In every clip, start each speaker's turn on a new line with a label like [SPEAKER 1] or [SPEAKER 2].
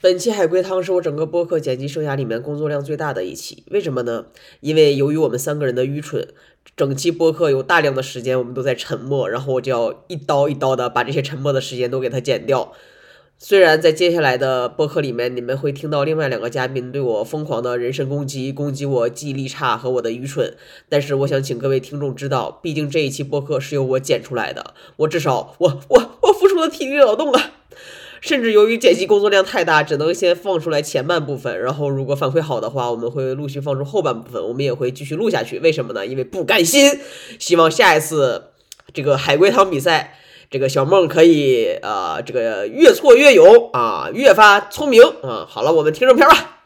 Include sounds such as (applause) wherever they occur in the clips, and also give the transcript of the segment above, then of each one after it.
[SPEAKER 1] 本期海龟汤是我整个播客剪辑生涯里面工作量最大的一期，为什么呢？因为由于我们三个人的愚蠢，整期播客有大量的时间我们都在沉默，然后我就要一刀一刀的把这些沉默的时间都给它剪掉。虽然在接下来的播客里面，你们会听到另外两个嘉宾对我疯狂的人身攻击，攻击我记忆力差和我的愚蠢，但是我想请各位听众知道，毕竟这一期播客是由我剪出来的，我至少我我我付出了体力劳动啊。甚至由于剪辑工作量太大，只能先放出来前半部分，然后如果反馈好的话，我们会陆续放出后半部分，我们也会继续录下去。为什么呢？因为不甘心，希望下一次这个海龟汤比赛，这个小梦可以呃这个越挫越勇啊，越发聪明啊。好了，我们听正片吧。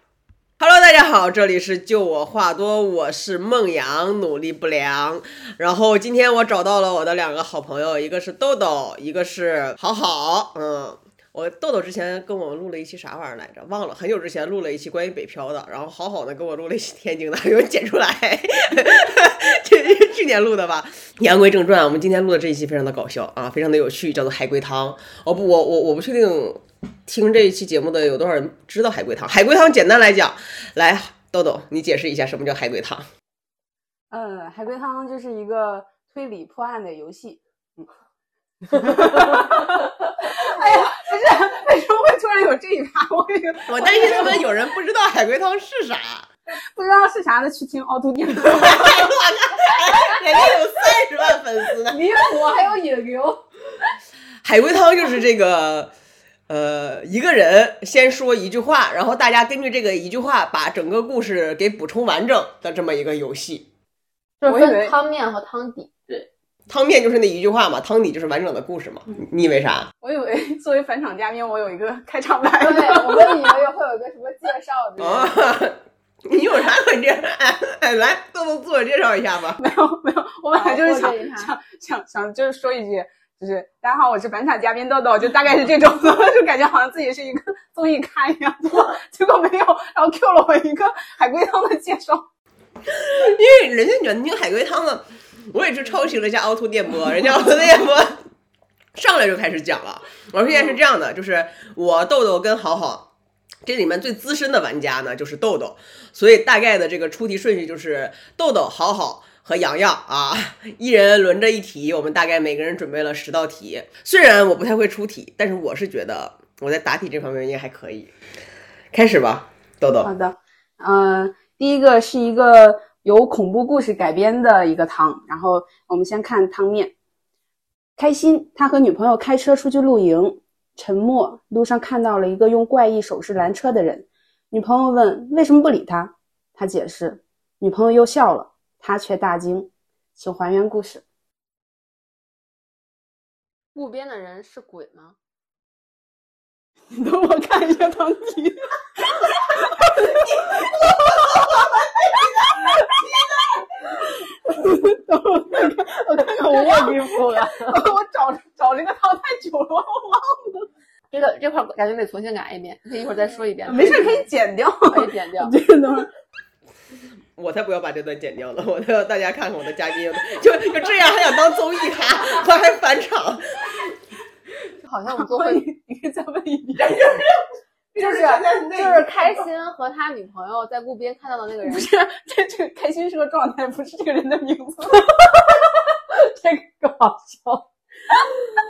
[SPEAKER 1] Hello，大家好，这里是就我话多，我是梦阳，努力不良。然后今天我找到了我的两个好朋友，一个是豆豆，一个是好好，嗯。我豆豆之前跟我录了一期啥玩意儿来着？忘了，很久之前录了一期关于北漂的，然后好好的跟我录了一期天津的， (laughs) 没有剪出来，去去年录的吧。言归正传，我们今天录的这一期非常的搞笑啊，非常的有趣，叫做海龟汤。哦不，我我我不确定听这一期节目的有多少人知道海龟汤。海龟汤简单来讲，来豆豆，你解释一下什么叫海龟汤？
[SPEAKER 2] 嗯，海龟汤就是一个推理破案的游戏。嗯。 (laughs) 哎呀，不是，为什么会突然有这一趴？ (laughs) 我跟你
[SPEAKER 1] 我担心他们有人不知道海龟汤是啥， (laughs) 哎
[SPEAKER 2] 不知道是啥的去听凹凸电台，
[SPEAKER 1] 我靠，人家有三十万粉丝呢。
[SPEAKER 2] 离谱，还有引流。
[SPEAKER 1] 海龟汤就是这个，呃，一个人先说一句话，然后大家根据这个一句话把整个故事给补充完整的这么一个游戏。
[SPEAKER 3] 就是
[SPEAKER 2] 我以为
[SPEAKER 3] 分汤面和汤底。对，
[SPEAKER 1] 汤面就是那一句话嘛，汤底就是完整的故事嘛。你你以为啥？
[SPEAKER 2] (laughs) 我以为作为返场嘉宾，我有一个开场白
[SPEAKER 3] 对
[SPEAKER 2] 呢。
[SPEAKER 3] 我们以为会有个什么介绍之类的。
[SPEAKER 1] 啊， (laughs) 你有啥可这样？ (laughs) 哎哎，来，豆豆自我介绍一下吧。
[SPEAKER 2] 没有没有，我本来就是想
[SPEAKER 3] 哦我这一趴
[SPEAKER 2] 想想想，就是说一句，就是大家好，我是本场嘉宾豆豆，就大概是这种 (laughs) 的，就感觉好像自己是一个综艺咖一样。结果结果没有，然后 Q 了我一个海龟汤的介绍。
[SPEAKER 1] (laughs) 因为人家远听海龟汤呢，我也是抄袭了一下凹凸电波，人家凹凸电波上来就开始讲了。我说现在是这样的，就是我豆豆跟好好这里面最资深的玩家呢，就是豆豆，所以大概的这个出题顺序就是豆豆、好好。和洋洋啊，一人轮着一题，我们大概每个人准备了十道题。虽然我不太会出题，但是我是觉得我在答题这方面应该还可以。开始吧，豆豆
[SPEAKER 2] 好。的，嗯、第一个是一个由恐怖故事改编的一个汤，然后我们先看汤面。开心，他和女朋友开车出去露营。沉默，路上看到了一个用怪异手势拦车的人。女朋友问为什么不理他，他解释。女朋友又笑了，他却大惊。请还原故事。
[SPEAKER 3] 路边的人是鬼吗？
[SPEAKER 2] 你等我看一下汤底。等我看看，我看看我忘记不了，我找找这个汤太久了，我忘
[SPEAKER 3] 这个这块儿感觉得重新改一遍，可以一会儿再说一遍。
[SPEAKER 2] 了。没事，可以剪掉。。
[SPEAKER 3] (laughs) 可以剪掉
[SPEAKER 2] 这个等会儿
[SPEAKER 1] 我才不要把这段剪掉呢！ (laughs) 我都要大家看看我的嘉宾，就就这样还想当综艺咖， (laughs) 我还返场，
[SPEAKER 3] 好像我
[SPEAKER 2] 我
[SPEAKER 3] 们都
[SPEAKER 2] 问
[SPEAKER 3] 会
[SPEAKER 2] 你，你再问一遍。
[SPEAKER 3] 就是就是开心和他女朋友在路边看到的那个人
[SPEAKER 2] 不。是，这这个开心是个状态，不是这个人的名字。这个更好笑。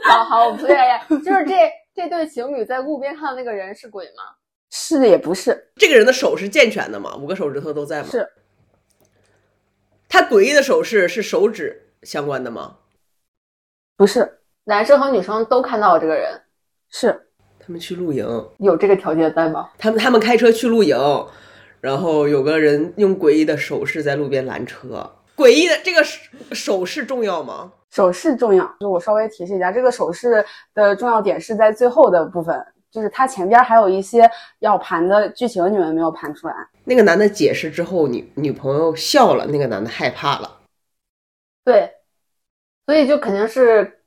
[SPEAKER 3] 好好，我们重新来一遍。就是这这对情侣在路边看到那个人是鬼吗？
[SPEAKER 2] 是也不是，
[SPEAKER 1] 这个人的手是健全的嘛？五个手指头都在吗？
[SPEAKER 2] 是。
[SPEAKER 1] 他诡异的手势是手指相关的吗？
[SPEAKER 2] 不是，
[SPEAKER 3] 男生和女生都看到了这个人，
[SPEAKER 2] 是
[SPEAKER 1] 他们去露营，
[SPEAKER 3] 有这个条件在吗？
[SPEAKER 1] 他们他们开车去露营，然后有个人用诡异的手势在路边拦车。诡异的这个手手势重要吗？
[SPEAKER 2] 手势重要，就是我稍微提示一下，这个手势的重要点是在最后的部分，就是它前边还有一些要盘的剧情，你们没有盘出来。
[SPEAKER 1] 那个男的解释之后，女女朋友笑了，那个男的害怕了。
[SPEAKER 3] 对，所以就肯定是，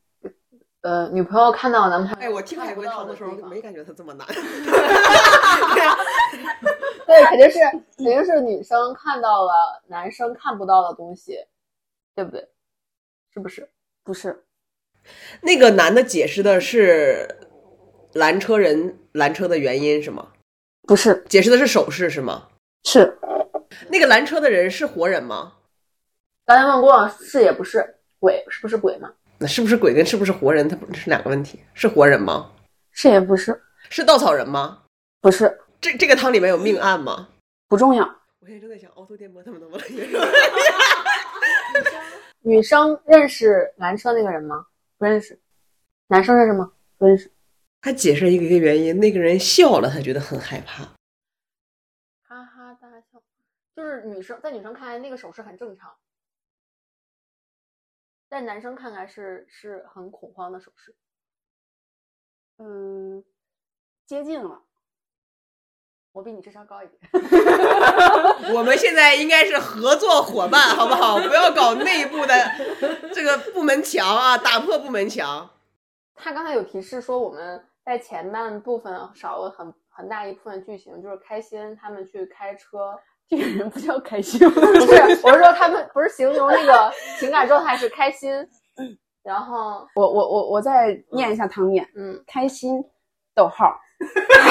[SPEAKER 3] 呃，女朋友看到男朋友，
[SPEAKER 1] 哎，我听海
[SPEAKER 3] 不
[SPEAKER 1] 龟
[SPEAKER 3] 到
[SPEAKER 1] 汤的时候
[SPEAKER 3] 地方
[SPEAKER 1] 没感觉它这么难。
[SPEAKER 3] (laughs) 对，肯定是肯定是女生看到了男生看不到的东西，对不对？是不是？
[SPEAKER 2] 不是，
[SPEAKER 1] 那个男的解释的是拦车人拦车的原因是吗？
[SPEAKER 2] 不是，
[SPEAKER 1] 解释的是手势是吗？
[SPEAKER 2] 是
[SPEAKER 1] 那个拦车的人是活人吗？
[SPEAKER 3] 刚才问过是也不是鬼，是不是鬼嘛？
[SPEAKER 1] 那是不是鬼跟是不是活人，它不是两个问题？是活人吗？
[SPEAKER 2] 是也不是，
[SPEAKER 1] 是稻草人吗？
[SPEAKER 2] 不是
[SPEAKER 1] 这这个汤里面有命案吗？
[SPEAKER 2] 不重要。
[SPEAKER 1] 我现在正在想，凹凸电波他们能不能
[SPEAKER 3] 女生认识拦车那个人吗？不认识。男生认识吗？不认识。
[SPEAKER 1] (laughs) 他解释一个一个原因，那个人笑了，他觉得很害怕。
[SPEAKER 3] 哈哈大笑，就是女生在女生看来那个手势很正常，在男生看来是是很恐慌的手势。
[SPEAKER 2] 嗯，接近了，
[SPEAKER 3] 我比你智商高一点。
[SPEAKER 1] 我们现在应该是合作伙伴，好不好？不要搞内部的 (laughs) 这个部门墙啊，打破部门墙。
[SPEAKER 3] 他刚才有提示说，我们在前半部分少了很很大一部分剧情，就是开心他们去开车，
[SPEAKER 2] 这个人 (laughs) 不叫开心，不
[SPEAKER 3] (laughs) 不是，我是说他们不是形容那个情感状态是开 (laughs) 心，然后
[SPEAKER 2] 我我我我再念一下汤面，
[SPEAKER 3] 嗯，
[SPEAKER 2] 开心，逗号，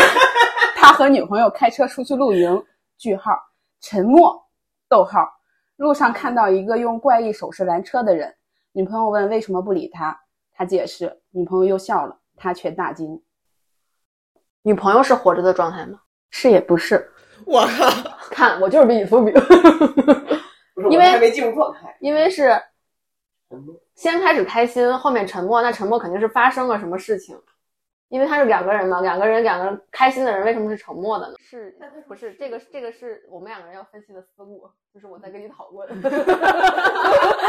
[SPEAKER 2] (laughs) 他和女朋友开车出去露营，句号，沉默，逗号，路上看到一个用怪异手势拦车的人，女朋友问为什么不理他，他解释，女朋友又笑了，他却大惊，
[SPEAKER 3] 女朋友是活着的状态吗？
[SPEAKER 2] 是也不是，
[SPEAKER 1] 我靠！
[SPEAKER 3] (laughs) 看我就是比你聪明， (laughs) 因为
[SPEAKER 1] 我还没进入状态。
[SPEAKER 3] 因为是先开始开心，后面沉默，那沉默肯定是发生了什么事情。因为他是两个人嘛，两个人，两个人开心的人为什么是沉默的呢？是不是这个？这个是我们两个人要分析的思路，就是我在跟你
[SPEAKER 2] (laughs)
[SPEAKER 3] 讨论。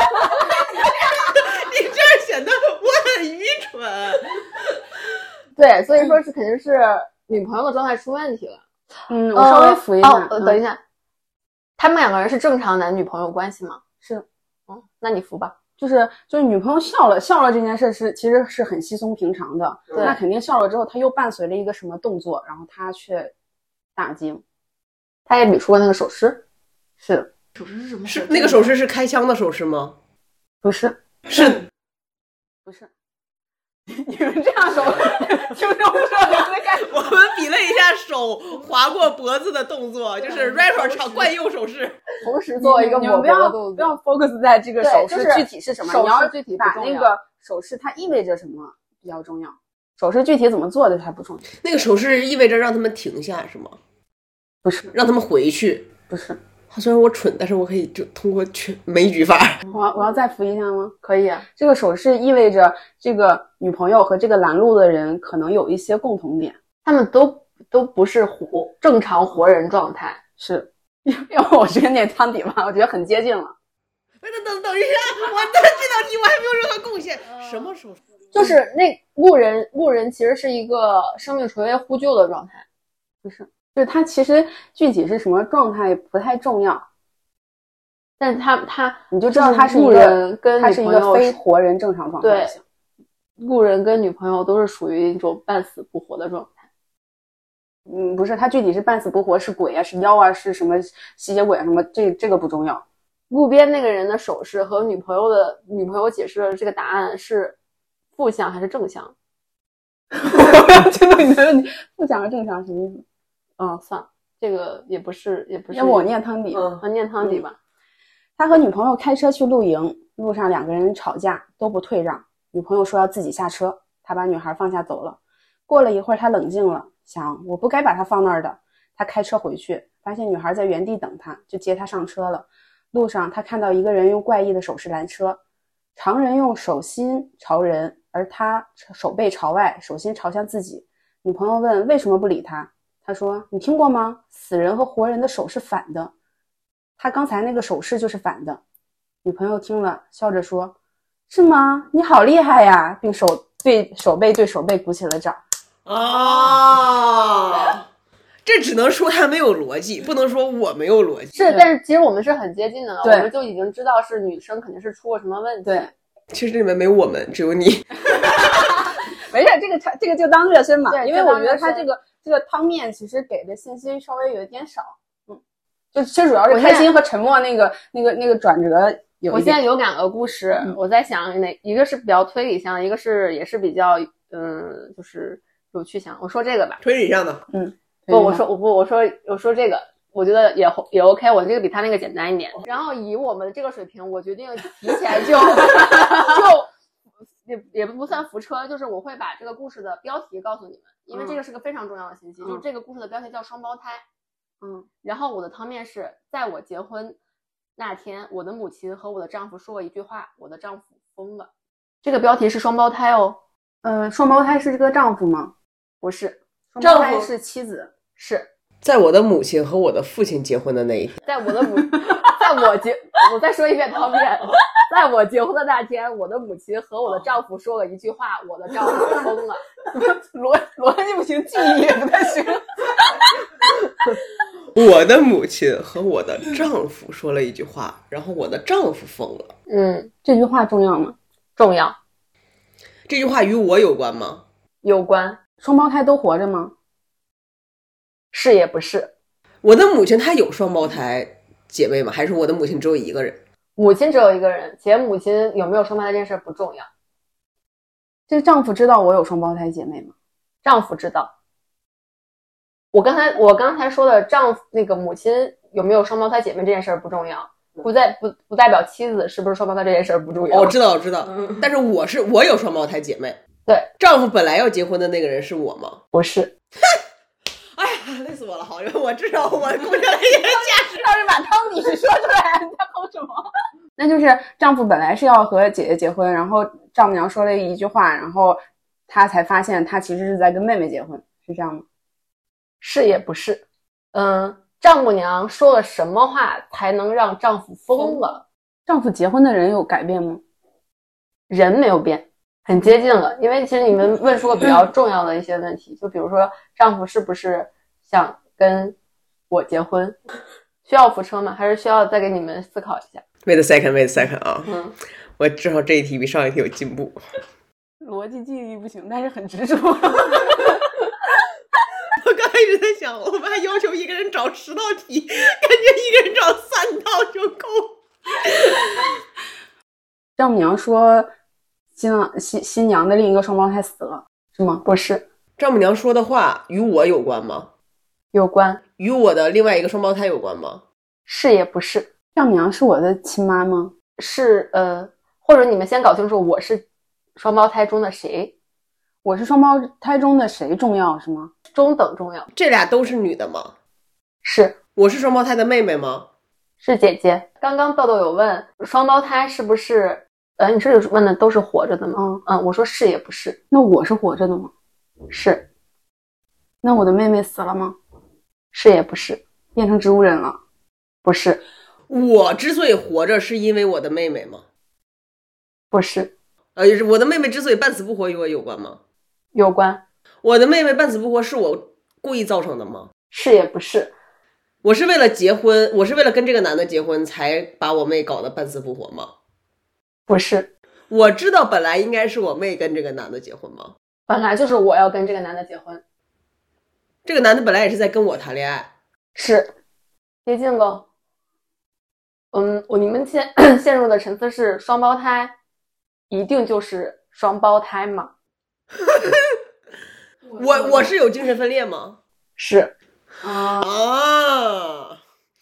[SPEAKER 1] (laughs) 你这样显得我很愚蠢。
[SPEAKER 3] 对，所以说是肯定是女朋友的状态出问题了。
[SPEAKER 2] 嗯，我稍微扶一下，
[SPEAKER 3] 哦，呃
[SPEAKER 2] 嗯
[SPEAKER 3] 等一下，他们两个人是正常男女朋友关系吗？
[SPEAKER 2] 是。
[SPEAKER 3] 哦，那你扶吧。
[SPEAKER 2] 就是就是女朋友笑了笑了这件事是其实是很稀松平常的，
[SPEAKER 1] 对
[SPEAKER 2] 那肯定笑了之后，他又伴随了一个什么动作，然后他却大惊，
[SPEAKER 3] 他也比出过那个手势，
[SPEAKER 2] 是
[SPEAKER 3] 手势是什么？
[SPEAKER 1] 是那个手势是开枪的手势吗？
[SPEAKER 2] 不是
[SPEAKER 1] 是
[SPEAKER 2] 不是？你们这样说，听众不知道咱们在干什么。
[SPEAKER 1] 我们比了一下手划过脖子的动作，就是 rapper 唱惯用手势。
[SPEAKER 3] (laughs) 同时做一个
[SPEAKER 2] 你们不
[SPEAKER 3] 抹脖的
[SPEAKER 2] 要
[SPEAKER 3] 动
[SPEAKER 2] 不
[SPEAKER 3] 作。
[SPEAKER 2] 要 focus 在这个
[SPEAKER 3] 对
[SPEAKER 2] 手
[SPEAKER 3] 就
[SPEAKER 2] 势
[SPEAKER 3] 是
[SPEAKER 2] 具体是什么，
[SPEAKER 3] 手
[SPEAKER 2] 你要
[SPEAKER 3] 势
[SPEAKER 2] 是
[SPEAKER 3] 具体不
[SPEAKER 2] 把
[SPEAKER 3] 重
[SPEAKER 2] 那
[SPEAKER 3] 要
[SPEAKER 2] 个手势它意味着什么比较重要，手势具体怎么做的它不重要，
[SPEAKER 1] 那个手势意味着让他们停下，是吗？
[SPEAKER 2] 不是
[SPEAKER 1] 让他们回去。
[SPEAKER 2] 不是，
[SPEAKER 1] 虽然我蠢，但是我可以就通过去枚举法。
[SPEAKER 2] 我要我要再扶一下吗？
[SPEAKER 3] 可以啊，
[SPEAKER 2] 这个手势意味着这个女朋友和这个拦路的人可能有一些共同点， (laughs)
[SPEAKER 3] 他们都都不是活正常活人状态。
[SPEAKER 2] 是。要不我直接念汤底吧，我觉得很接近了。
[SPEAKER 1] 等等等一下，我对这道题我还没有任何贡献。什么手势？
[SPEAKER 2] 嗯
[SPEAKER 3] 就是那路人，路人其实是一个生命垂危呼救的状态。
[SPEAKER 2] 就是它其实具体是什么状态不太重要，
[SPEAKER 3] 但是他他
[SPEAKER 2] 你就知道他是一
[SPEAKER 3] 路
[SPEAKER 2] 个
[SPEAKER 3] 人跟
[SPEAKER 2] 他
[SPEAKER 3] 女
[SPEAKER 2] 是一
[SPEAKER 3] 朋
[SPEAKER 2] 个
[SPEAKER 3] 友
[SPEAKER 2] 非活人正常状态
[SPEAKER 3] 对
[SPEAKER 2] 就行。
[SPEAKER 3] 路人跟女朋友都是属于一种半死不活的状态。
[SPEAKER 2] 嗯，不是，他具体是半死不活，是鬼啊，是妖啊，是什么吸血鬼啊，什么这这个不重要。 (laughs)
[SPEAKER 3] 路边那个人的手势和女朋友的女朋友解释的这个答案是负向还是正向？
[SPEAKER 2] 我要知道你的问题，不讲的正常什么意思？
[SPEAKER 3] 嗯，算了，这个也不是，也不是。
[SPEAKER 2] 要不我念汤底？
[SPEAKER 1] 嗯
[SPEAKER 3] 啊，念汤底吧。
[SPEAKER 2] 他和女朋友开车去露营，路上两个人吵架都不退让，女朋友说要自己下车，他把女孩放下走了。过了一会儿，他冷静了，想我不该把她放那儿的。他开车回去，发现女孩在原地等他，就接她上车了。路上，他看到一个人用怪异的手势拦车，常人用手心朝人，而他手背朝外，手心朝向自己。女朋友问为什么不理他，他说：“你听过吗？死人和活人的手是反的。”他刚才那个手势就是反的。女朋友听了，笑着说：“是吗？你好厉害呀！”并手对手背对手背鼓起了掌。
[SPEAKER 1] 哦，这只能说他没有逻辑，不能说我没有逻辑。
[SPEAKER 3] 是，
[SPEAKER 2] 对
[SPEAKER 3] 但是其实我们是很接近的了，我
[SPEAKER 2] 对
[SPEAKER 3] 们就已经知道是女生肯定是出了什么问题。
[SPEAKER 2] 对，
[SPEAKER 1] 其实这里面没有我们，只有你。
[SPEAKER 2] 没事，这个它这个就当热身嘛，
[SPEAKER 3] 对
[SPEAKER 2] 因为
[SPEAKER 3] 就
[SPEAKER 2] 我
[SPEAKER 3] 当
[SPEAKER 2] 觉得
[SPEAKER 3] 热
[SPEAKER 2] 它
[SPEAKER 3] 身
[SPEAKER 2] 这个这个汤面其实给的信息稍微有一点少，嗯，就其实主要是
[SPEAKER 3] 我
[SPEAKER 2] 开
[SPEAKER 3] 现
[SPEAKER 2] 心和沉默那个那个那个转折有
[SPEAKER 3] 我
[SPEAKER 2] 一
[SPEAKER 3] 现在
[SPEAKER 2] 点，嗯
[SPEAKER 3] 有两个故事，我在想哪一个是比较推理向，一个是也是比较嗯，就是有趣向。我说这个吧，
[SPEAKER 1] 推理上的，
[SPEAKER 3] 不，我说我不，我说我说这个，我觉得也也 OK，我这个比他那个简单一点。
[SPEAKER 2] 哦
[SPEAKER 3] 然后以我们这个水平，我决定提
[SPEAKER 2] (laughs)
[SPEAKER 3] 前就就也也不算扶车，就是我会把这个故事的标题告诉你们，因为这个是个非常重要的信息。
[SPEAKER 2] 嗯
[SPEAKER 3] 就是这个故事的标题叫双胞胎，
[SPEAKER 2] 嗯
[SPEAKER 3] 然后我的汤面是在我结婚那天，我的母亲和我的丈夫说我一句话，我的丈夫疯了。这个标题是双胞胎哦，
[SPEAKER 2] 呃，双胞胎是这个丈夫吗？
[SPEAKER 3] 不是，
[SPEAKER 2] 双
[SPEAKER 3] 丈
[SPEAKER 2] 胞胎
[SPEAKER 3] 夫
[SPEAKER 2] 是妻子。
[SPEAKER 3] 是
[SPEAKER 1] 在我的母亲和我的父亲结婚的那一天，
[SPEAKER 3] 在我 (laughs) 的母，在我结，我再说一遍汤面，在我结婚的那天，我的母亲和我的丈夫说了一句话，我的丈夫疯了。 (laughs)
[SPEAKER 2] 逻逻辑不行，记忆也不太行。
[SPEAKER 1] 我的母亲和我的丈夫说了一句话，然后我的丈夫疯了。
[SPEAKER 3] 嗯，
[SPEAKER 2] 这句话重要吗？
[SPEAKER 3] 重要
[SPEAKER 1] 这句话与我有关吗？
[SPEAKER 3] 有关
[SPEAKER 2] 双胞胎都活着吗？
[SPEAKER 3] 是也不是，
[SPEAKER 1] 我的母亲她有双胞胎姐妹吗？还是我的母亲只有一个人？
[SPEAKER 3] 母亲只有一个人，且母亲有没有双胞胎这件事不重要，
[SPEAKER 2] 这个丈夫知道我有双胞胎姐 (laughs) 妹吗？
[SPEAKER 3] 丈夫知道。我刚才我刚才说的丈夫那个母亲有没有双胞胎姐妹这件事不重要，不代不不代表妻子是不是双胞胎这件事不重要。
[SPEAKER 1] 哦，知道，知道。
[SPEAKER 3] 嗯
[SPEAKER 1] 但是我是我有双胞胎姐妹。
[SPEAKER 3] 对，
[SPEAKER 1] 丈夫本来要结婚的那个人是我吗？
[SPEAKER 3] 不是，
[SPEAKER 1] 哎呀，累死我了！好，我至少我姑娘也
[SPEAKER 3] 要是把汤底说出来，他疯什么？
[SPEAKER 2] 那就是丈夫本来是要和姐姐结婚，然后丈母娘说了一句话，然后他才发现他其实是在跟妹妹结婚，是这样吗？
[SPEAKER 3] 是也不是。嗯，丈母娘说了什么话才能让丈夫疯了？
[SPEAKER 2] 丈夫结婚的人有改变吗？
[SPEAKER 3] 人没有变，很接近了。因为其实你们问出过比较重要的一些问题，就比如说丈夫是不是想跟我结婚？需要扶车吗？还是需要再给你们思考一下？
[SPEAKER 1] (laughs) Wait a second, wait a second 啊！
[SPEAKER 3] 嗯，
[SPEAKER 1] 我至少这一题比上一题有进步。
[SPEAKER 2] 逻辑记忆不行，但是很执着。
[SPEAKER 1] (laughs) 我刚才一直在想，我们还要求一个人找十道题，感觉一个人找三道就够。
[SPEAKER 2] (laughs) 丈母娘说新郎新新娘的另一个双胞胎死了，是吗？
[SPEAKER 3] 不是，
[SPEAKER 1] 丈母娘说的话与我有关吗？
[SPEAKER 3] 有关
[SPEAKER 1] 与我的另外一个双胞胎有关吗？
[SPEAKER 3] 是也不是，
[SPEAKER 2] 丈母娘是我的亲妈吗？
[SPEAKER 3] 是呃，或者你们先搞清楚我是双胞胎中的谁，
[SPEAKER 2] 我是双胞胎中的谁重要是吗？
[SPEAKER 3] 中等重要，
[SPEAKER 1] 这俩都是女的吗？
[SPEAKER 3] 是
[SPEAKER 1] 我是双胞胎的妹妹吗？
[SPEAKER 3] 是姐姐。刚刚豆豆有问双胞胎是不是？呃，你这里问的都是活着的吗？
[SPEAKER 2] 嗯，
[SPEAKER 3] 嗯，我说是也不是，
[SPEAKER 2] 那我是活着的吗？
[SPEAKER 3] 是
[SPEAKER 2] 那我的妹妹死了吗？
[SPEAKER 3] 是也不是，
[SPEAKER 2] 变成植物人了？
[SPEAKER 3] 不是
[SPEAKER 1] 我之所以活着，是因为我的妹妹吗？
[SPEAKER 3] 不是
[SPEAKER 1] 呃，我的妹妹之所以半死不活，与我有关吗？
[SPEAKER 3] 有关，
[SPEAKER 1] 我的妹妹半死不活是我故意造成的吗？
[SPEAKER 3] 是也不是，
[SPEAKER 1] 我是为了结婚，我是为了跟这个男的结婚才把我妹搞得半死不活吗？
[SPEAKER 3] 不是。
[SPEAKER 1] 我知道本来应该是我妹跟这个男的结婚吗？
[SPEAKER 3] 本来就是我要跟这个男的结婚，
[SPEAKER 1] 这个男的本来也是在跟我谈恋爱，
[SPEAKER 3] 是接近喽。嗯，我你们陷 (clears throat) 陷入的沉思是双胞胎，一定就是双胞胎吗？
[SPEAKER 1] 我我是有精神分裂吗？
[SPEAKER 3] 是
[SPEAKER 2] 啊、
[SPEAKER 3] 哦
[SPEAKER 1] 啊，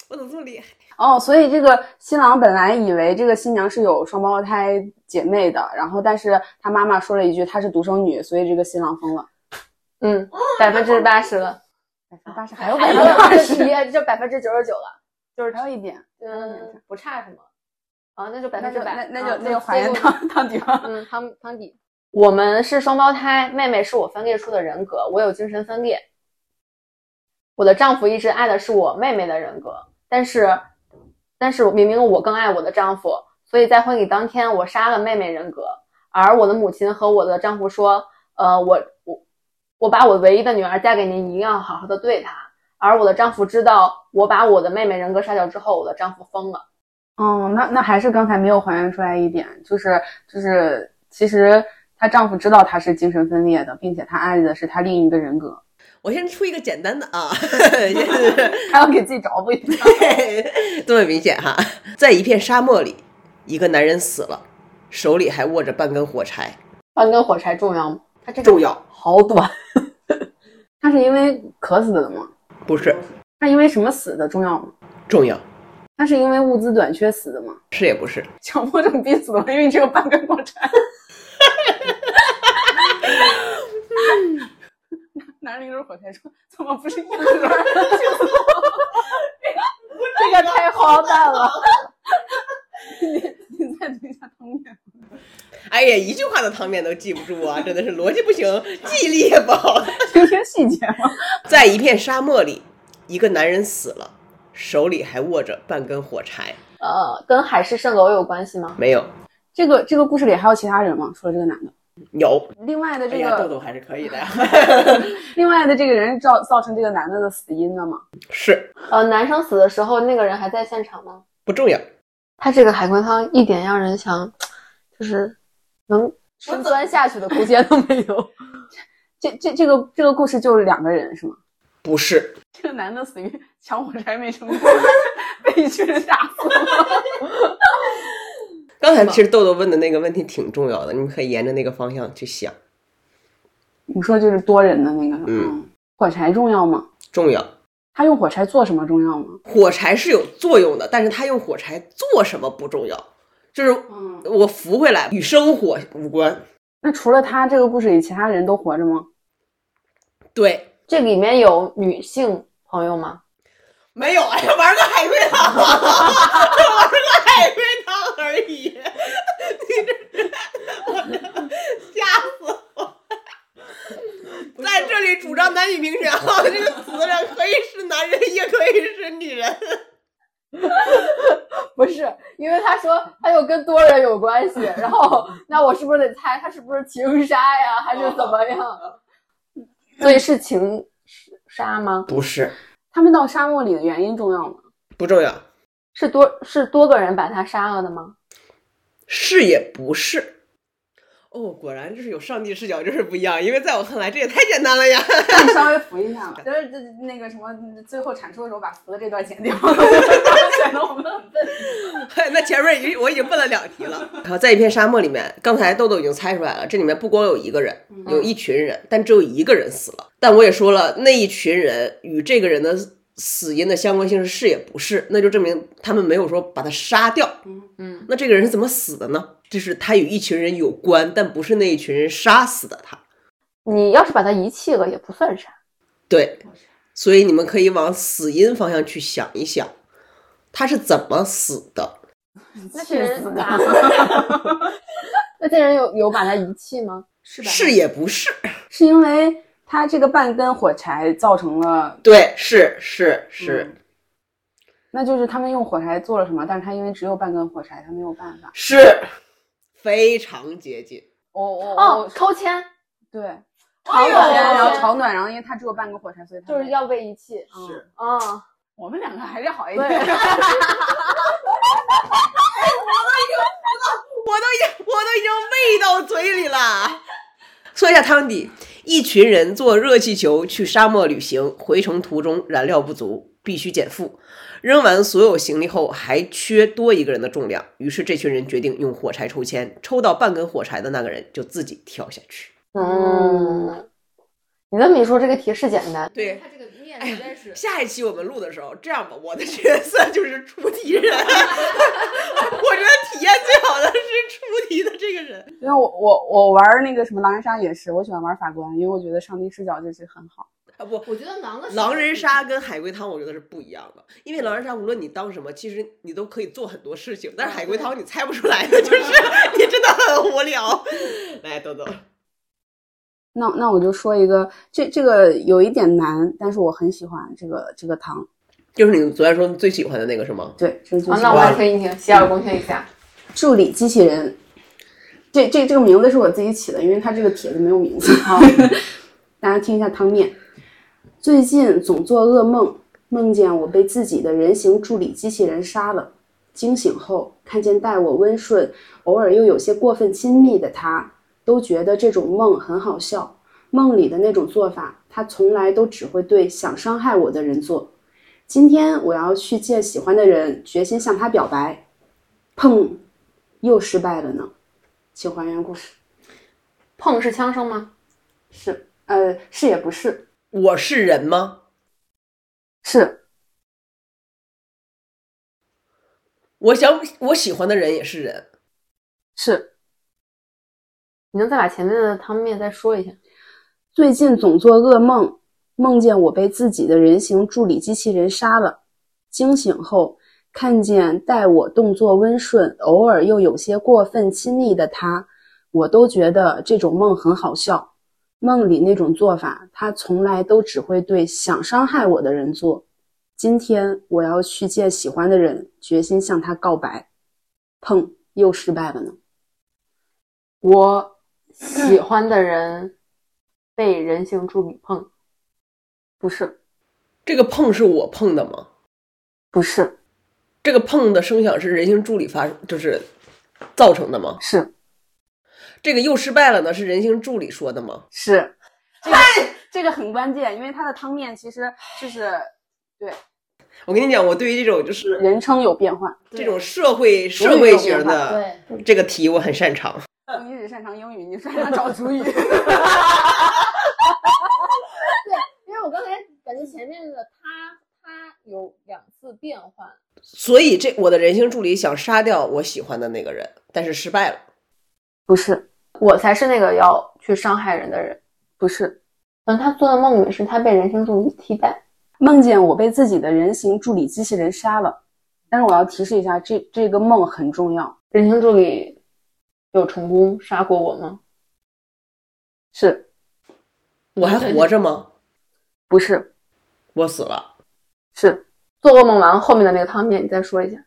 [SPEAKER 1] 我怎么这么厉害？
[SPEAKER 2] 哦，所以这个新郎本来以为这个新娘是有双胞胎姐妹的，然后但是他妈妈说了一句她是独生女，所以这个新郎疯了。
[SPEAKER 3] 嗯，百分之八十了，
[SPEAKER 2] 百分之八十还有百
[SPEAKER 3] 百分
[SPEAKER 2] 分之
[SPEAKER 3] 之八
[SPEAKER 2] 二十，
[SPEAKER 3] (laughs) 十，啊就百分之九十九了，就是
[SPEAKER 2] 还有一点，
[SPEAKER 3] 嗯，不差什么。啊，那就百
[SPEAKER 2] 那
[SPEAKER 3] 分
[SPEAKER 2] 就
[SPEAKER 3] 之百，
[SPEAKER 2] 那那
[SPEAKER 3] 啊
[SPEAKER 2] 就那就还
[SPEAKER 3] 接
[SPEAKER 2] 原
[SPEAKER 3] 过
[SPEAKER 2] 到 (laughs) 到底吧。
[SPEAKER 3] 嗯，汤汤底。我们是双胞胎，妹妹是我分裂出的人格，我有精神分裂。我的丈夫一直爱的是我妹妹的人格，但是，但是明明我更爱我的丈夫，所以在婚礼当天我杀了妹妹人格，而我的母亲和我的丈夫说，呃，我我我把我唯一的女儿嫁给您，一定要好好的对她。而我的丈夫知道我把我的妹妹人格杀掉之后，我的丈夫疯了。
[SPEAKER 2] 哦，那那还是刚才没有还原出来一点，就是就是，其实她丈夫知道她是精神分裂的，并且她爱的是她另一个人格，
[SPEAKER 1] 我先出一个简单的啊， (laughs) 就是 (laughs)
[SPEAKER 2] 她要给自己找补一下。 (laughs)
[SPEAKER 1] 这么明显哈，在一片沙漠里，一个男人死了，手里还握着半根火柴，
[SPEAKER 3] 半根火柴重要吗？他这个
[SPEAKER 1] 重要。
[SPEAKER 3] 好短。
[SPEAKER 2] 她是因为渴死的吗？
[SPEAKER 1] 不是
[SPEAKER 2] 那因为什么死的重要吗？
[SPEAKER 1] 重要，
[SPEAKER 2] 他是因为物资短缺死的吗？
[SPEAKER 1] 是也不是。
[SPEAKER 2] 强迫症逼死的吗？因为你只有半根锅铲。 (laughs) 拿着一根火柴说：“怎么不是一根？”
[SPEAKER 3] 这个太荒诞了。
[SPEAKER 2] (laughs) 你再读一下汤 (laughs) 面。
[SPEAKER 1] 哎呀，一句话的汤面都记不住啊，真的是逻辑不行，记忆力也不好。 (laughs)
[SPEAKER 2] 这些细节吗？
[SPEAKER 1] 在一片沙漠里，一个男人死了，手里还握着半根火柴。
[SPEAKER 3] 呃，跟海市蜃楼有关系吗？
[SPEAKER 1] 没有，
[SPEAKER 2] 这个这个故事里还有其他人吗？除了这个男的，
[SPEAKER 1] 有。
[SPEAKER 2] 另外的
[SPEAKER 1] 哎
[SPEAKER 2] 这
[SPEAKER 1] 呀，
[SPEAKER 2] 个、
[SPEAKER 1] 豆豆还是可以的呀。
[SPEAKER 2] (laughs)
[SPEAKER 1] (laughs)
[SPEAKER 2] 另外的这个人造造成这个男的的死因了吗？
[SPEAKER 1] 是
[SPEAKER 3] 呃，男生死的时候，那个人还在现场吗？
[SPEAKER 1] 不重要，
[SPEAKER 3] 他这个海龟汤一点让人想，就是能深钻下去的空间都没有。
[SPEAKER 2] (laughs) 这这这个这个故事就是两个人是吗？
[SPEAKER 1] 不是，
[SPEAKER 2] 这个男的死于抢火柴没成功， (laughs) 被一群人打死了。 (laughs)
[SPEAKER 1] 刚才其实豆豆问的那个问题挺重要的，你们可以沿着那个方向去想。
[SPEAKER 2] 你说就是多人的那个，
[SPEAKER 1] 嗯，
[SPEAKER 2] 火柴重要吗？
[SPEAKER 1] 重要，
[SPEAKER 2] 他用火柴做什么重要吗？
[SPEAKER 1] 火柴是有作用的，但是他用火柴做什么不重要，就是
[SPEAKER 2] 嗯，
[SPEAKER 1] 我扶回来与生火无关。
[SPEAKER 2] 那除了他这个故事里，其他人都活着吗？
[SPEAKER 1] 对，
[SPEAKER 3] (laughs) 这里面有女性朋友吗？
[SPEAKER 1] 没有，哎呀， (laughs) 玩个海龟汤，玩个海龟汤而已。你这，我真的吓死我！在这里主张男女平权啊，这个词人可以是男人，也可以是女人。
[SPEAKER 3] 不是，因为他说他又跟多人有关系， (laughs) 然后那我是不是得猜他是不是情杀 (laughs) 呀，还是怎么样？所以是情杀吗？
[SPEAKER 1] 不是，
[SPEAKER 2] 他们到沙漠里的原因重要吗？ (laughs)
[SPEAKER 1] 不重要，
[SPEAKER 3] 是多是多个人把他杀了的吗？
[SPEAKER 1] 是也不是。哦，果然就是有上帝视角就是不一样，因为在我看来这也太简单了呀。
[SPEAKER 2] 那你稍微扶一下吧。 (laughs) 就是这那个什么，最后阐述的时候把扶的这段剪掉， (laughs) 显得我们很笨。
[SPEAKER 1] (laughs) 那前面已经我已经问了两题了。然后在一片沙漠里面，刚才豆豆已经猜出来了，这里面不光有一个人，
[SPEAKER 2] 嗯
[SPEAKER 1] 有一群人，但只有一个人死了。但我也说了，那一群人与这个人的死因的相关性是是也不是，那就证明他们没有说把他杀掉。
[SPEAKER 3] 嗯，
[SPEAKER 1] 那这个人是怎么死的呢？就是他与一群人有关，但不是那一群人杀死的他。
[SPEAKER 3] 你要是把他遗弃了也不算杀。
[SPEAKER 1] 对，所以你们可以往死因方向去想一想，他是怎么死的？
[SPEAKER 3] 那这
[SPEAKER 2] 气
[SPEAKER 3] 人
[SPEAKER 2] 死
[SPEAKER 3] 咋
[SPEAKER 2] (laughs) 他！
[SPEAKER 3] (laughs) 那这人有有把他遗弃吗？
[SPEAKER 2] 是
[SPEAKER 1] 是也不是？
[SPEAKER 2] 是因为他这个半根火柴造成了，
[SPEAKER 1] 对，是是是。
[SPEAKER 2] 嗯那就是他们用火柴做了什么，但是他因为只有半根火柴，他没有办法。
[SPEAKER 1] 是非常接近。
[SPEAKER 2] 我我
[SPEAKER 3] 哦，偷签
[SPEAKER 2] 对，
[SPEAKER 3] 哎
[SPEAKER 2] 朝
[SPEAKER 3] 呦
[SPEAKER 2] 暖，然后朝暖，然后因为他只有半个火柴，所以他
[SPEAKER 3] 就是
[SPEAKER 2] 没
[SPEAKER 3] 要被遗弃。
[SPEAKER 2] 是
[SPEAKER 3] 嗯，
[SPEAKER 2] 我们两个还是好一
[SPEAKER 3] 对，
[SPEAKER 2] 点。
[SPEAKER 3] (laughs)
[SPEAKER 1] 我都已经我都已经喂到嘴里了。 (laughs) 说一下汤底：一群人坐热气球去沙漠旅行，回程途中燃料不足，必须减负。扔完所有行李后，还缺多一个人的重量，于是这群人决定用火柴抽签，抽到半根火柴的那个人就自己跳下去。
[SPEAKER 3] 嗯，你这么一说，这个题是简单。
[SPEAKER 1] 对，
[SPEAKER 4] 他这个面实在是
[SPEAKER 1] 下一期我们录的时候，这样吧，我的角色就是出题 (laughs) 人，我觉得体验最好的是出题的这个人。
[SPEAKER 2] 因为我我我玩那个什么狼人杀也是，我喜欢玩法官，因为我觉得上帝视角就是很好。
[SPEAKER 1] 啊不，
[SPEAKER 4] 我觉得狼的
[SPEAKER 1] 狼人杀跟海龟汤我觉得是不一样的，因为狼人杀无论你当什么，其实你都可以做很多事情，但是海龟汤你猜不出来的，就是 (laughs) 你真的很无聊。来，豆豆，
[SPEAKER 2] 那那我就说一个，这这个有一点难，但是我很喜欢这个这个糖。
[SPEAKER 1] (laughs) 就是你昨天说你最喜欢的那个是吗？
[SPEAKER 2] 对，这就
[SPEAKER 3] 好，
[SPEAKER 2] 是
[SPEAKER 3] 啊那我
[SPEAKER 1] 来
[SPEAKER 3] 来听一听，洗耳恭听一下。
[SPEAKER 2] 助理机器人。这这这个名字是我自己起的，因为它这个帖子没有名字。
[SPEAKER 3] 好，
[SPEAKER 2] (laughs) 大家听一下汤面。最近总做噩梦，梦见我被自己的人形助理机器人杀了。惊醒后，看见待我温顺，偶尔又有些过分亲密的他，都觉得这种梦很好笑。梦里的那种做法，他从来都只会对想伤害我的人做。今天我要去见喜欢的人，决心向他表白。砰，又失败了呢。请还原故事。
[SPEAKER 3] 碰是枪声吗？
[SPEAKER 2] 是，呃，是也不是。
[SPEAKER 1] 我是人吗？
[SPEAKER 2] 是
[SPEAKER 1] 我想我喜欢的人也是人，
[SPEAKER 2] 是，
[SPEAKER 3] 你能再把前面的汤面再说一下？
[SPEAKER 2] 最近总做噩梦，梦见我被自己的人形助理机器人杀了。惊醒后，看见待我动作温顺，偶尔又有些过分亲密的他，我都觉得这种梦很好笑。梦里那种做法，他从来都只会对想伤害我的人做。今天我要去见喜欢的人，决心向他告白。砰，又失败了呢。
[SPEAKER 3] 我喜欢的人被人形助理碰，不是，
[SPEAKER 1] 这个碰是我碰的吗？
[SPEAKER 2] 不是，
[SPEAKER 1] 这个碰的声响是人形助理发，就是造成的吗？
[SPEAKER 2] 是
[SPEAKER 1] 这个又失败了呢？是人形助理说的吗？
[SPEAKER 2] 是，这个这个很关键，因为它的汤面其实就是
[SPEAKER 1] 我跟你讲，我对于这种就是
[SPEAKER 2] 人称有变换。
[SPEAKER 1] 这种社会
[SPEAKER 2] 有
[SPEAKER 1] 社会
[SPEAKER 2] 有
[SPEAKER 1] 型
[SPEAKER 2] 变化
[SPEAKER 1] 的
[SPEAKER 4] 对，
[SPEAKER 1] 这个题，我很擅长。
[SPEAKER 2] 你只擅长英语，你擅长找主语。
[SPEAKER 4] 因为我刚才感觉前面的他他有两次变换，
[SPEAKER 1] 所以这我的人形助理想杀掉我喜欢的那个人，但是失败了。
[SPEAKER 2] 不是，
[SPEAKER 3] 我才是那个要去伤害人的人。
[SPEAKER 2] 不是，
[SPEAKER 3] 嗯，他做的梦里是他被人形助理替代，
[SPEAKER 2] 梦见我被自己的人形助理机器人杀了。但是我要提示一下，这这个梦很重要。
[SPEAKER 3] 人形助理有成功杀过我吗？
[SPEAKER 2] 是
[SPEAKER 3] 嗯
[SPEAKER 1] 我还活着吗？
[SPEAKER 2] 不是？
[SPEAKER 1] 我死了。
[SPEAKER 2] 是
[SPEAKER 3] 做噩梦完后面的那个汤面，你再说一下。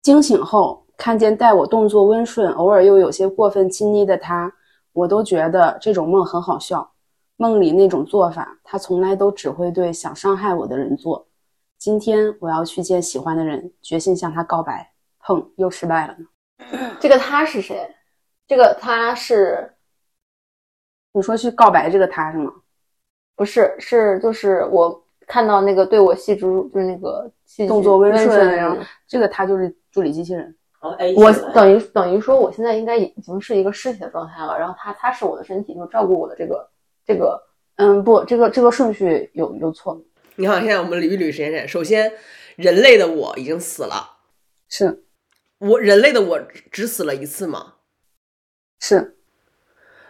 [SPEAKER 2] 惊醒后看见待我动作温顺，偶尔又有些过分亲昵的他，我都觉得这种梦很好笑。梦里那种做法，他从来都只会对想伤害我的人做。今天我要去见喜欢的人，决心向他告白。砰，又失败了呢。
[SPEAKER 3] 这个他是谁？这个他是
[SPEAKER 2] 你说去告白这个他是吗？
[SPEAKER 3] 不是是就是我看到那个对我细致就是那个细致
[SPEAKER 2] 动作温顺
[SPEAKER 3] 顺的
[SPEAKER 2] 然后
[SPEAKER 3] 人，
[SPEAKER 2] 这个他就是助理机器人。
[SPEAKER 3] 我等于等于说我现在应该已经是一个尸体的状态了，然后他他是我的身体，就照顾我的这个这个
[SPEAKER 2] 嗯，不，这个这个顺序有有错，
[SPEAKER 1] 你看，现在我们捋一捋时间线。首先，人类的我已经死了，
[SPEAKER 2] 是
[SPEAKER 1] 我人类的我只只死了一次嘛。
[SPEAKER 2] 是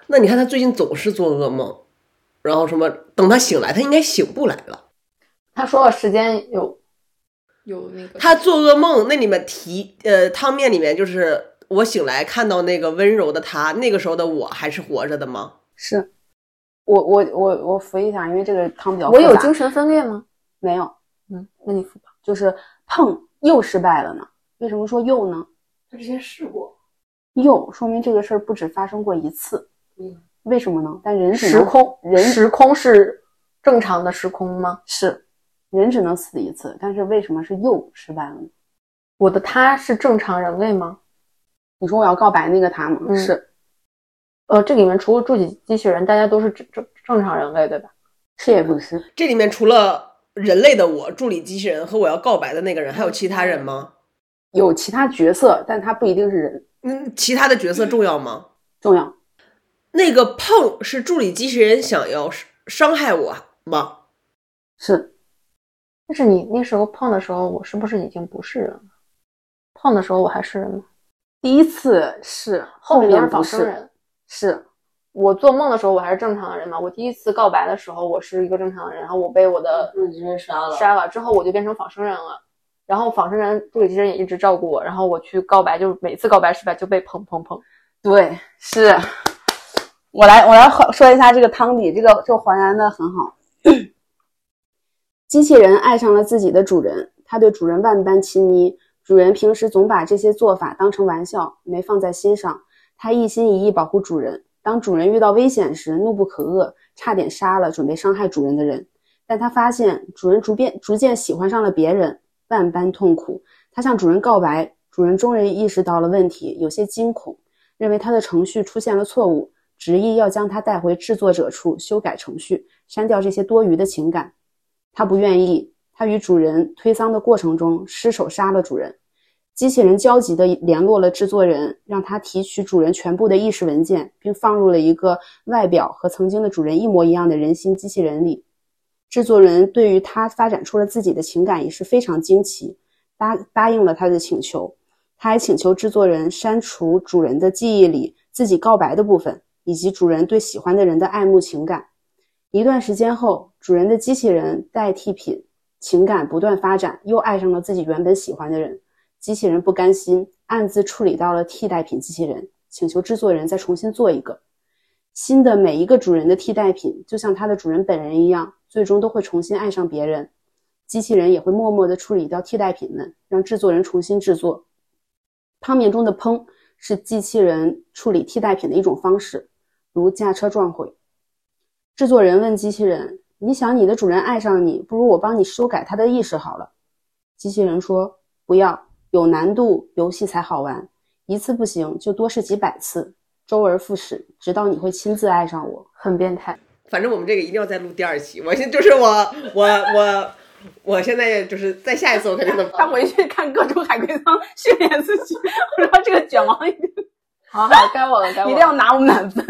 [SPEAKER 1] 那你看他最近总是做噩梦，然后什么，等他醒来，他应该醒不来了。
[SPEAKER 3] 他说了时间有
[SPEAKER 4] 有那个
[SPEAKER 1] 他做噩梦，那里面提呃汤面里面就是我醒来看到那个温柔的他，那个时候的我还是活着的吗？
[SPEAKER 2] 是，我我我我扶一下，因为这个汤比较
[SPEAKER 3] 我有
[SPEAKER 2] 复杂
[SPEAKER 3] 精神分裂吗？
[SPEAKER 2] 没有？
[SPEAKER 3] 嗯，那你复吧。
[SPEAKER 2] 就是碰又失败了呢？为什么说又呢？
[SPEAKER 4] 他之前试过，
[SPEAKER 2] 又说明这个事儿不止发生过一次。
[SPEAKER 4] 嗯，
[SPEAKER 2] 为什么呢？但人只
[SPEAKER 3] 时
[SPEAKER 2] 能
[SPEAKER 3] 空
[SPEAKER 2] 人
[SPEAKER 3] 时空是正常的时空吗？
[SPEAKER 2] 是人只能死一次，但是为什么是又失败了呢？
[SPEAKER 3] 我的他是正常人类吗？
[SPEAKER 2] 你说我要告白那个他吗？
[SPEAKER 3] 嗯
[SPEAKER 2] 是
[SPEAKER 3] 呃，这里面除了助理机器人，大家都是正正正常人类，对吧？
[SPEAKER 2] 是也不是？
[SPEAKER 1] 这里面除了人类的我、助理机器人和我要告白的那个人，还有其他人吗？
[SPEAKER 2] 有其他角色，但他不一定是人
[SPEAKER 1] 嗯，其他的角色重要吗？
[SPEAKER 2] 重要。
[SPEAKER 1] 那个碰是助理机器人想要伤害我吗？
[SPEAKER 2] 是
[SPEAKER 3] 但是你那时候碰的时候，我是不是已经不是人了？碰的时候我还是人吗？
[SPEAKER 2] 第一次是，后
[SPEAKER 3] 面都是
[SPEAKER 2] 面不
[SPEAKER 3] 仿生
[SPEAKER 2] 是。
[SPEAKER 3] 人。
[SPEAKER 2] 是
[SPEAKER 3] 我做梦的时候我还是正常的人嘛。我第一次告白的时候，我是一个正常人，然后我被我的
[SPEAKER 4] 助理机器人杀了
[SPEAKER 3] 杀了之后，我就变成仿生人了。然后仿生人助理机器人也一直照顾我，然后我去告白，就是每次告白失败就被捧捧捧。
[SPEAKER 2] 对，是我来，我来还说一下这个汤底，这个这个还原的很好。机器人爱上了自己的主人，它对主人万般亲昵，主人平时总把这些做法当成玩笑，没放在心上。它一心一意保护主人，当主人遇到危险时怒不可遏，差点杀了准备伤害主人的人。但它发现主人逐渐逐渐喜欢上了别人，万般痛苦。它向主人告白，主人终于意识到了问题，有些惊恐。认为他的程序出现了错误，执意要将他带回制作者处修改程序，删掉这些多余的情感。他不愿意，他与主人推搡的过程中失手杀了主人。机器人焦急地联络了制作人，让他提取主人全部的意识文件，并放入了一个外表和曾经的主人一模一样的人形机器人里。制作人对于他发展出了自己的情感也是非常惊奇，答答应了他的请求。他还请求制作人删除主人的记忆里自己告白的部分，以及主人对喜欢的人的爱慕情感。一段时间后，主人的机器人代替品情感不断发展，又爱上了自己原本喜欢的人。机器人不甘心，暗自处理到了替代品机器人，请求制作人再重新做一个。新的每一个主人的替代品，就像它的主人本人一样，最终都会重新爱上别人。机器人也会默默地处理掉替代品们，让制作人重新制作。汤面中的“烹”是机器人处理替代品的一种方式，如驾车撞毁。制作人问机器人：“你想你的主人爱上你，不如我帮你修改他的意识好了。”机器人说：“不要，有难度，游戏才好玩。一次不行就多试几百次，周而复始，直到你会亲自爱上我。
[SPEAKER 3] 很变态。
[SPEAKER 2] (laughs)
[SPEAKER 1] 反正我们这个一定要再录第二期。我现就是我我我我现在就是在下一次我肯定能
[SPEAKER 2] 他回去看各种海龟汤，训练自己。我知道这个卷王一定 (laughs)
[SPEAKER 3] 好好，该我了，该我
[SPEAKER 2] 一
[SPEAKER 3] 了。
[SPEAKER 2] 定要拿我们满分。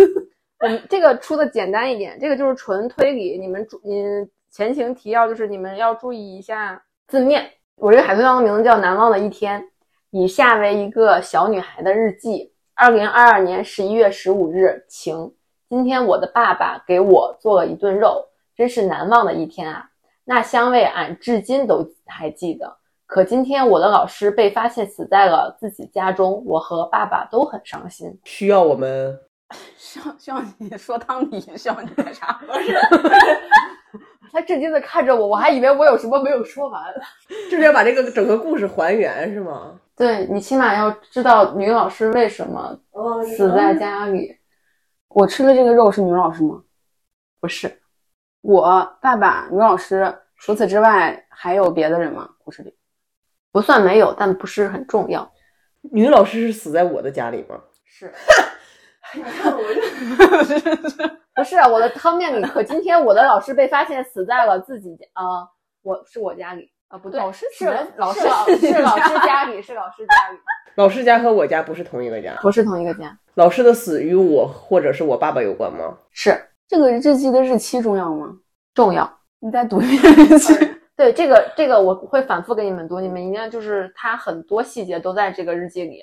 [SPEAKER 3] 我们这个出的简单一点，这个就是纯推理。你们注，嗯，前情提要就是你们要注意一下字面。我这个海龟汤的名字叫《难忘的一天》，以下为一个小女孩的日记：二零二二年十一月十五日，晴。今天我的爸爸给我做了一顿肉，真是难忘的一天啊！那香味俺至今都还记得。可今天我的老师被发现死在了自己家中，我和爸爸都很伤心。
[SPEAKER 1] 需要我们
[SPEAKER 2] 需要需要你说汤底，需要你干啥？
[SPEAKER 3] 他震惊的看着我，我还以为我有什么没有说完。
[SPEAKER 1] 就是要把这个整个故事还原是吗？
[SPEAKER 3] 对你起码要知道女老师为什么死在家里。
[SPEAKER 2] (laughs) 我吃的这个肉是女老师吗？
[SPEAKER 3] 不是，
[SPEAKER 2] 我爸爸、女老师，除此之外还有别的人吗？故事里
[SPEAKER 3] 不算没有，但不是很重要。
[SPEAKER 1] 女老师是死在我的家里吗？
[SPEAKER 3] 是， (laughs) 你看我这， (laughs) 不是啊我的汤面里，可今天我的老师被发现死在了自己家啊、我是我家里啊、不对，
[SPEAKER 4] 老师
[SPEAKER 3] 是
[SPEAKER 4] 死在
[SPEAKER 3] 老师
[SPEAKER 4] 是老
[SPEAKER 3] 是老师家里，是老师家里，
[SPEAKER 1] 老师家和我家不是同一个家。
[SPEAKER 3] 不是同一个家，
[SPEAKER 1] 老师的死与我或者是我爸爸有关吗？
[SPEAKER 3] 是
[SPEAKER 2] 这个日记的日期重要吗？
[SPEAKER 3] 重要。
[SPEAKER 2] 你再读一遍日记。
[SPEAKER 3] 对这个这个我会反复给你们读，你们一定要就是它很多细节都在这个日记里。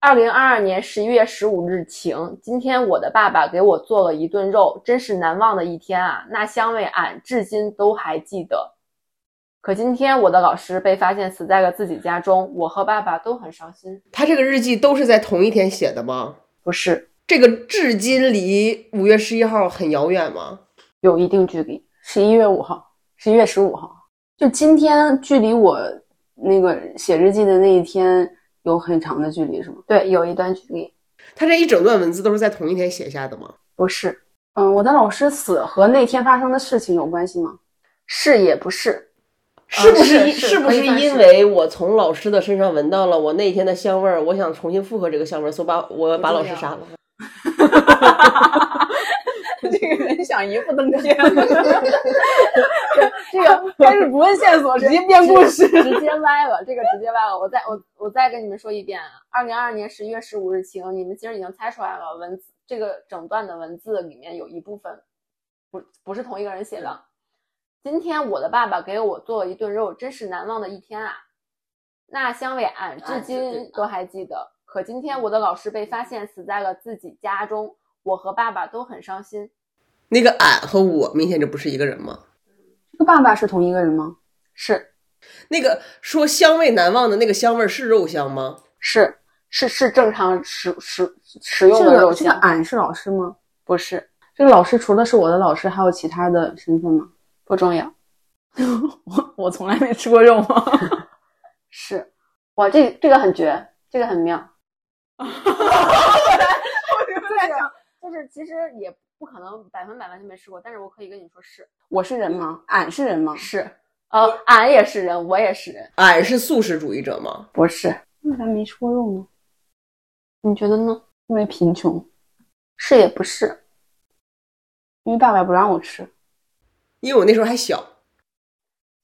[SPEAKER 3] 二零二二年十一月十五日晴，今天我的爸爸给我做了一顿肉，真是难忘的一天啊！那香味俺至今都还记得。可今天我的老师被发现死在了自己家中，我和爸爸都很伤心。
[SPEAKER 1] 他这个日记都是在同一天写的吗？
[SPEAKER 3] 不是
[SPEAKER 1] 这个至今离五月十一号很遥远吗？
[SPEAKER 2] 有一定距离，十一月五号，十一月十五号，就今天距离我那个写日记的那一天有很长的距离，是吗？
[SPEAKER 3] 对，有一段距离。
[SPEAKER 1] 他这一整段文字都是在同一天写下的吗？
[SPEAKER 3] 不是，
[SPEAKER 2] 嗯，我的老师死和那天发生的事情有关系吗？
[SPEAKER 3] 是也不是，
[SPEAKER 1] 是不是
[SPEAKER 3] 啊是
[SPEAKER 1] 因
[SPEAKER 3] 是
[SPEAKER 1] 是不
[SPEAKER 3] 可以
[SPEAKER 1] 是
[SPEAKER 3] 算
[SPEAKER 1] 因
[SPEAKER 3] 是
[SPEAKER 1] 为我从老师的身上闻到了我那一天的香味儿，我想重新复合这个香味儿，所以把我把老师杀了。
[SPEAKER 2] (laughs) 这个人想一步登天，
[SPEAKER 3] (laughs) 这个
[SPEAKER 2] 开始不问线索，直接编故事。
[SPEAKER 3] 直接歪了，这个直接歪了。我再我我再跟你们说一遍，啊，二零二二年十一月十五日晴，你们其实已经猜出来了，文字这个整段的文字里面有一部分不不是同一个人写的。今天我的爸爸给我做了一顿肉，真是难忘的一天啊！那香味俺至今都还记得。可今天我的老师被发现死在了自己家中，我和爸爸都很伤心。
[SPEAKER 1] 那个俺和我明显就不是一个人吗？
[SPEAKER 2] 这个爸爸是同一个人吗？
[SPEAKER 3] 是
[SPEAKER 1] 那个说香味难忘的那个香味儿是肉香吗？
[SPEAKER 3] 是是是正常食食
[SPEAKER 2] 这
[SPEAKER 3] 食用的
[SPEAKER 2] 个
[SPEAKER 3] 肉
[SPEAKER 2] 这个
[SPEAKER 3] 酱，
[SPEAKER 2] 俺是老师吗？
[SPEAKER 3] 不是
[SPEAKER 2] 这个老师除了是我的老师，还有其他的身份吗？
[SPEAKER 3] 不重要。
[SPEAKER 2] (laughs) 我我从来没吃过肉吗？ (laughs)
[SPEAKER 3] 是，哇，这这个很绝，这个很妙。就是其实也不可能百分百完全没吃过，但是我可以跟你说是
[SPEAKER 2] 我是人吗？俺是人吗？
[SPEAKER 3] 是，呃，俺也是人，我也是人，
[SPEAKER 1] 俺是素食主义者吗？
[SPEAKER 3] 不是，
[SPEAKER 2] 为啥没吃过肉呢？
[SPEAKER 3] 你觉得呢？
[SPEAKER 2] 因为贫穷，
[SPEAKER 3] 是也不是，
[SPEAKER 2] 因为爸爸不让我吃，
[SPEAKER 1] 因为我那时候还小，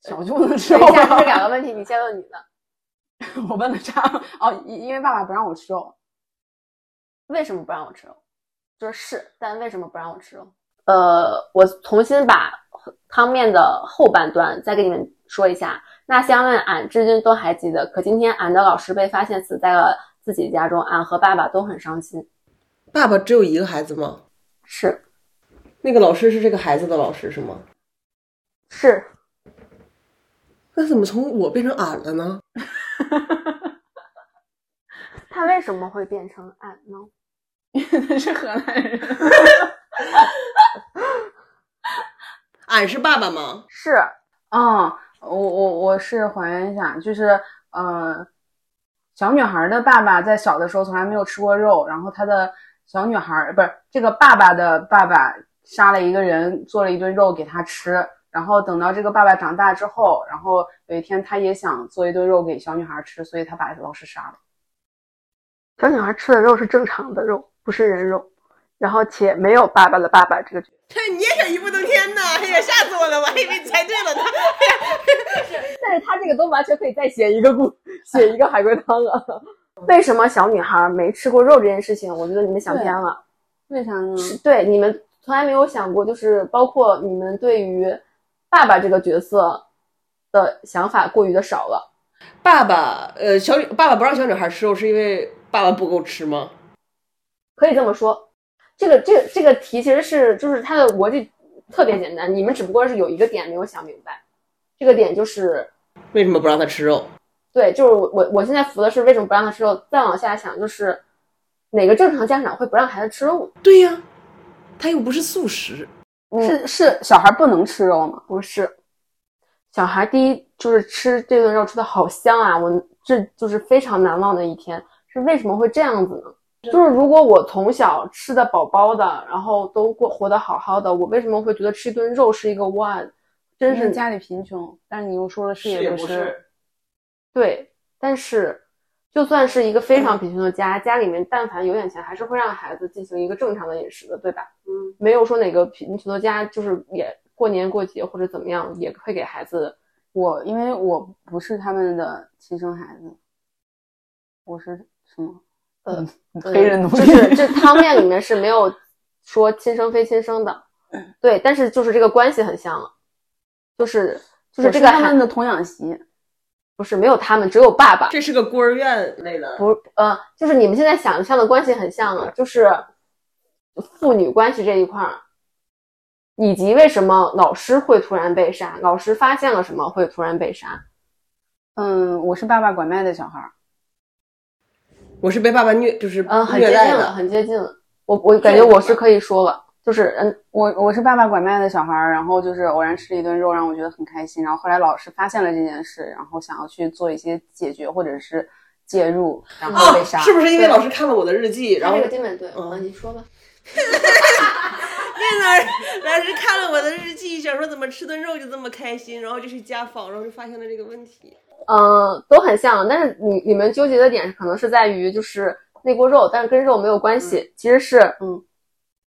[SPEAKER 2] 小就不能吃
[SPEAKER 3] 等
[SPEAKER 2] 肉
[SPEAKER 3] 一下这是两
[SPEAKER 2] 了。
[SPEAKER 3] 个问题，你先问你的，
[SPEAKER 2] 我问了啥？哦，因因为爸爸不让我吃肉， (laughs)
[SPEAKER 3] 为什么不让我吃肉？就是是，但为什么不让我吃肉？呃，我重新把汤面的后半段再给你们说一下。那相问俺至今都还记得，可今天俺的老师被发现死在了自己家中，俺和爸爸都很伤心。
[SPEAKER 5] 爸爸只有一个孩子吗？
[SPEAKER 3] 是
[SPEAKER 5] 那个老师是这个孩子的老师是吗？
[SPEAKER 3] 是，
[SPEAKER 5] 那怎么从我变成俺了呢？
[SPEAKER 3] 他为什么会变成俺呢？
[SPEAKER 4] 他是河南人，
[SPEAKER 5] 俺是爸爸吗？
[SPEAKER 3] 是
[SPEAKER 2] 啊、我我我是还原一下，就是呃，小女孩的爸爸在小的时候从来没有吃过肉，然后他的小女孩不是这个爸爸的爸爸杀了一个人，做了一顿肉给他吃，然后等到这个爸爸长大之后，然后有一天他也想做一顿肉给小女孩吃，所以他把老师杀了。
[SPEAKER 3] 小女孩吃的肉是正常的肉，不是人肉，然后且没有爸爸的爸爸这个角色。
[SPEAKER 5] (laughs) 你也想一步登天呢？哎呀，吓死我了！我还以为你猜对了呢。
[SPEAKER 4] 但是他这个都完全可以再写一个故，写一个海龟汤啊了。
[SPEAKER 3] 为什么小女孩没吃过肉这件事情，我觉得你们想偏了。
[SPEAKER 2] 为啥呢？
[SPEAKER 3] 对，你们从来没有想过，就是包括你们对于爸爸这个角色的想法过于的少了。
[SPEAKER 5] 爸爸，呃，小女爸爸不让小女孩吃肉，是因为爸爸不够吃吗？
[SPEAKER 3] 可以这么说，这个这个这个题其实是就是它的逻辑特别简单，你们只不过是有一个点没有想明白，这个点就是
[SPEAKER 5] 为什么不让她吃肉？
[SPEAKER 3] 对，就是我我我现在服的是为什么不让他吃肉，再往下想就是哪个正常家长会不让孩子吃肉呢？
[SPEAKER 5] 对呀、她又不是素食。
[SPEAKER 2] 是是小孩不能吃肉吗？
[SPEAKER 3] 不是，小孩第一就是吃这顿肉吃的好香啊，我这就是非常难忘的一天。是为什么会这样子呢？就是如果我从小吃的饱饱的，然后都过活得好好的，我为什么会觉得吃一顿肉是一个 one？真
[SPEAKER 2] 真是
[SPEAKER 3] 是
[SPEAKER 2] 家里贫穷，但是你又说了是也是，
[SPEAKER 3] 对，但是就算是一个非常贫穷的家，家里面但凡有点钱，还是会让孩子进行一个正常的饮食的，对吧？
[SPEAKER 2] 嗯，
[SPEAKER 3] 没有说哪个贫穷的家就是也过年过节或者怎么样，也会给孩子
[SPEAKER 2] 我因为我不是他们的亲生孩子，我是什么？
[SPEAKER 3] 呃
[SPEAKER 2] 嗯， (laughs)
[SPEAKER 3] 嗯
[SPEAKER 2] 黑人奴
[SPEAKER 3] 就
[SPEAKER 2] 隶。
[SPEAKER 3] 是这汤面里面是没有说亲生非亲生的，
[SPEAKER 2] 嗯
[SPEAKER 3] 对，但是就是这个关系很像了，就是就是这个
[SPEAKER 2] 我是他
[SPEAKER 3] 孩
[SPEAKER 2] 们的童养媳，
[SPEAKER 3] 不是没有他们，只有爸爸，
[SPEAKER 5] 这是个孤儿院类的。
[SPEAKER 3] 不呃，就是你们现在想象的关系很像了，就是父女关系这一块儿，以及为什么老师会突然被杀，老师发现了什么会突然被杀，
[SPEAKER 2] 嗯，我是爸爸拐卖的小孩儿，
[SPEAKER 5] 我是被爸爸虐，就是
[SPEAKER 2] 啊
[SPEAKER 3] 嗯，很
[SPEAKER 5] 虐
[SPEAKER 3] 接近
[SPEAKER 5] 待
[SPEAKER 3] 了，
[SPEAKER 5] 的。
[SPEAKER 3] 很接近了，我我感觉我是可以说了，就是嗯。
[SPEAKER 2] 我我是爸爸拐卖的小孩儿，然后就是偶然吃了一顿肉，让我觉得很开心，然后后来老师发现了这件事，然后想要去做一些解决或者是介入，然后被
[SPEAKER 5] 啊，
[SPEAKER 2] 杀，
[SPEAKER 5] 是不是因为
[SPEAKER 2] 对
[SPEAKER 5] 老师看了我的日记，然后
[SPEAKER 3] 这个根本对，
[SPEAKER 5] 嗯
[SPEAKER 3] 嗯，你说吧。
[SPEAKER 5] 对呢，老师看了我的日记，想说怎么吃顿肉就这么开心，然后就去家访，然后就发现了这个问题。
[SPEAKER 3] 嗯，都很像，但是你你们纠结的点可能是在于就是那锅肉，但是跟肉没有关系，其实是
[SPEAKER 2] 嗯，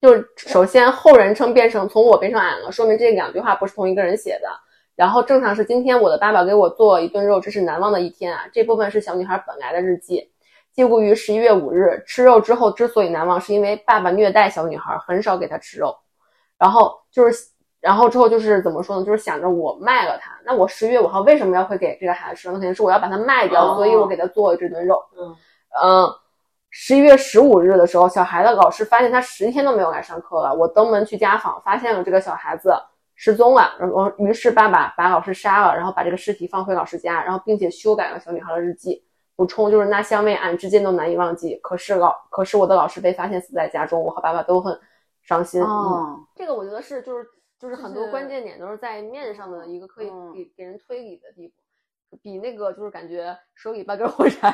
[SPEAKER 3] 就是首先后人称变成从我变成俺了，说明这两句话不是同一个人写的。然后正常是今天我的爸爸给我做一顿肉，这是难忘的一天啊。这部分是小女孩本来的日记，记录于十一月五日。吃肉之后之所以难忘，是因为爸爸虐待小女孩，很少给她吃肉。然后就是，然后之后就是怎么说呢？就是想着我卖了它，那我十月五号为什么要会给这个孩子吃呢？那肯定是我要把它卖掉，
[SPEAKER 5] 哦
[SPEAKER 3] 所以我给他做了这顿肉。
[SPEAKER 5] 嗯
[SPEAKER 3] 嗯，十一月十五日的时候，小孩的老师发现他十天都没有来上课了。我登门去家访，发现了这个小孩子失踪了。然后，于是爸爸把老师杀了，然后把这个尸体放回老师家，然后并且修改了小女孩的日记。补充就是那香味俺至今都难以忘记。可是老，可是我的老师被发现死在家中，我和爸爸都很伤心。嗯
[SPEAKER 2] 哦，
[SPEAKER 3] 这个我觉得是就是就是
[SPEAKER 4] 就
[SPEAKER 3] 很多
[SPEAKER 4] 是
[SPEAKER 3] 关键点都是在面上的一个可以
[SPEAKER 2] 嗯
[SPEAKER 3] 给给人推理的地步，比那个就是感觉手里半根火柴，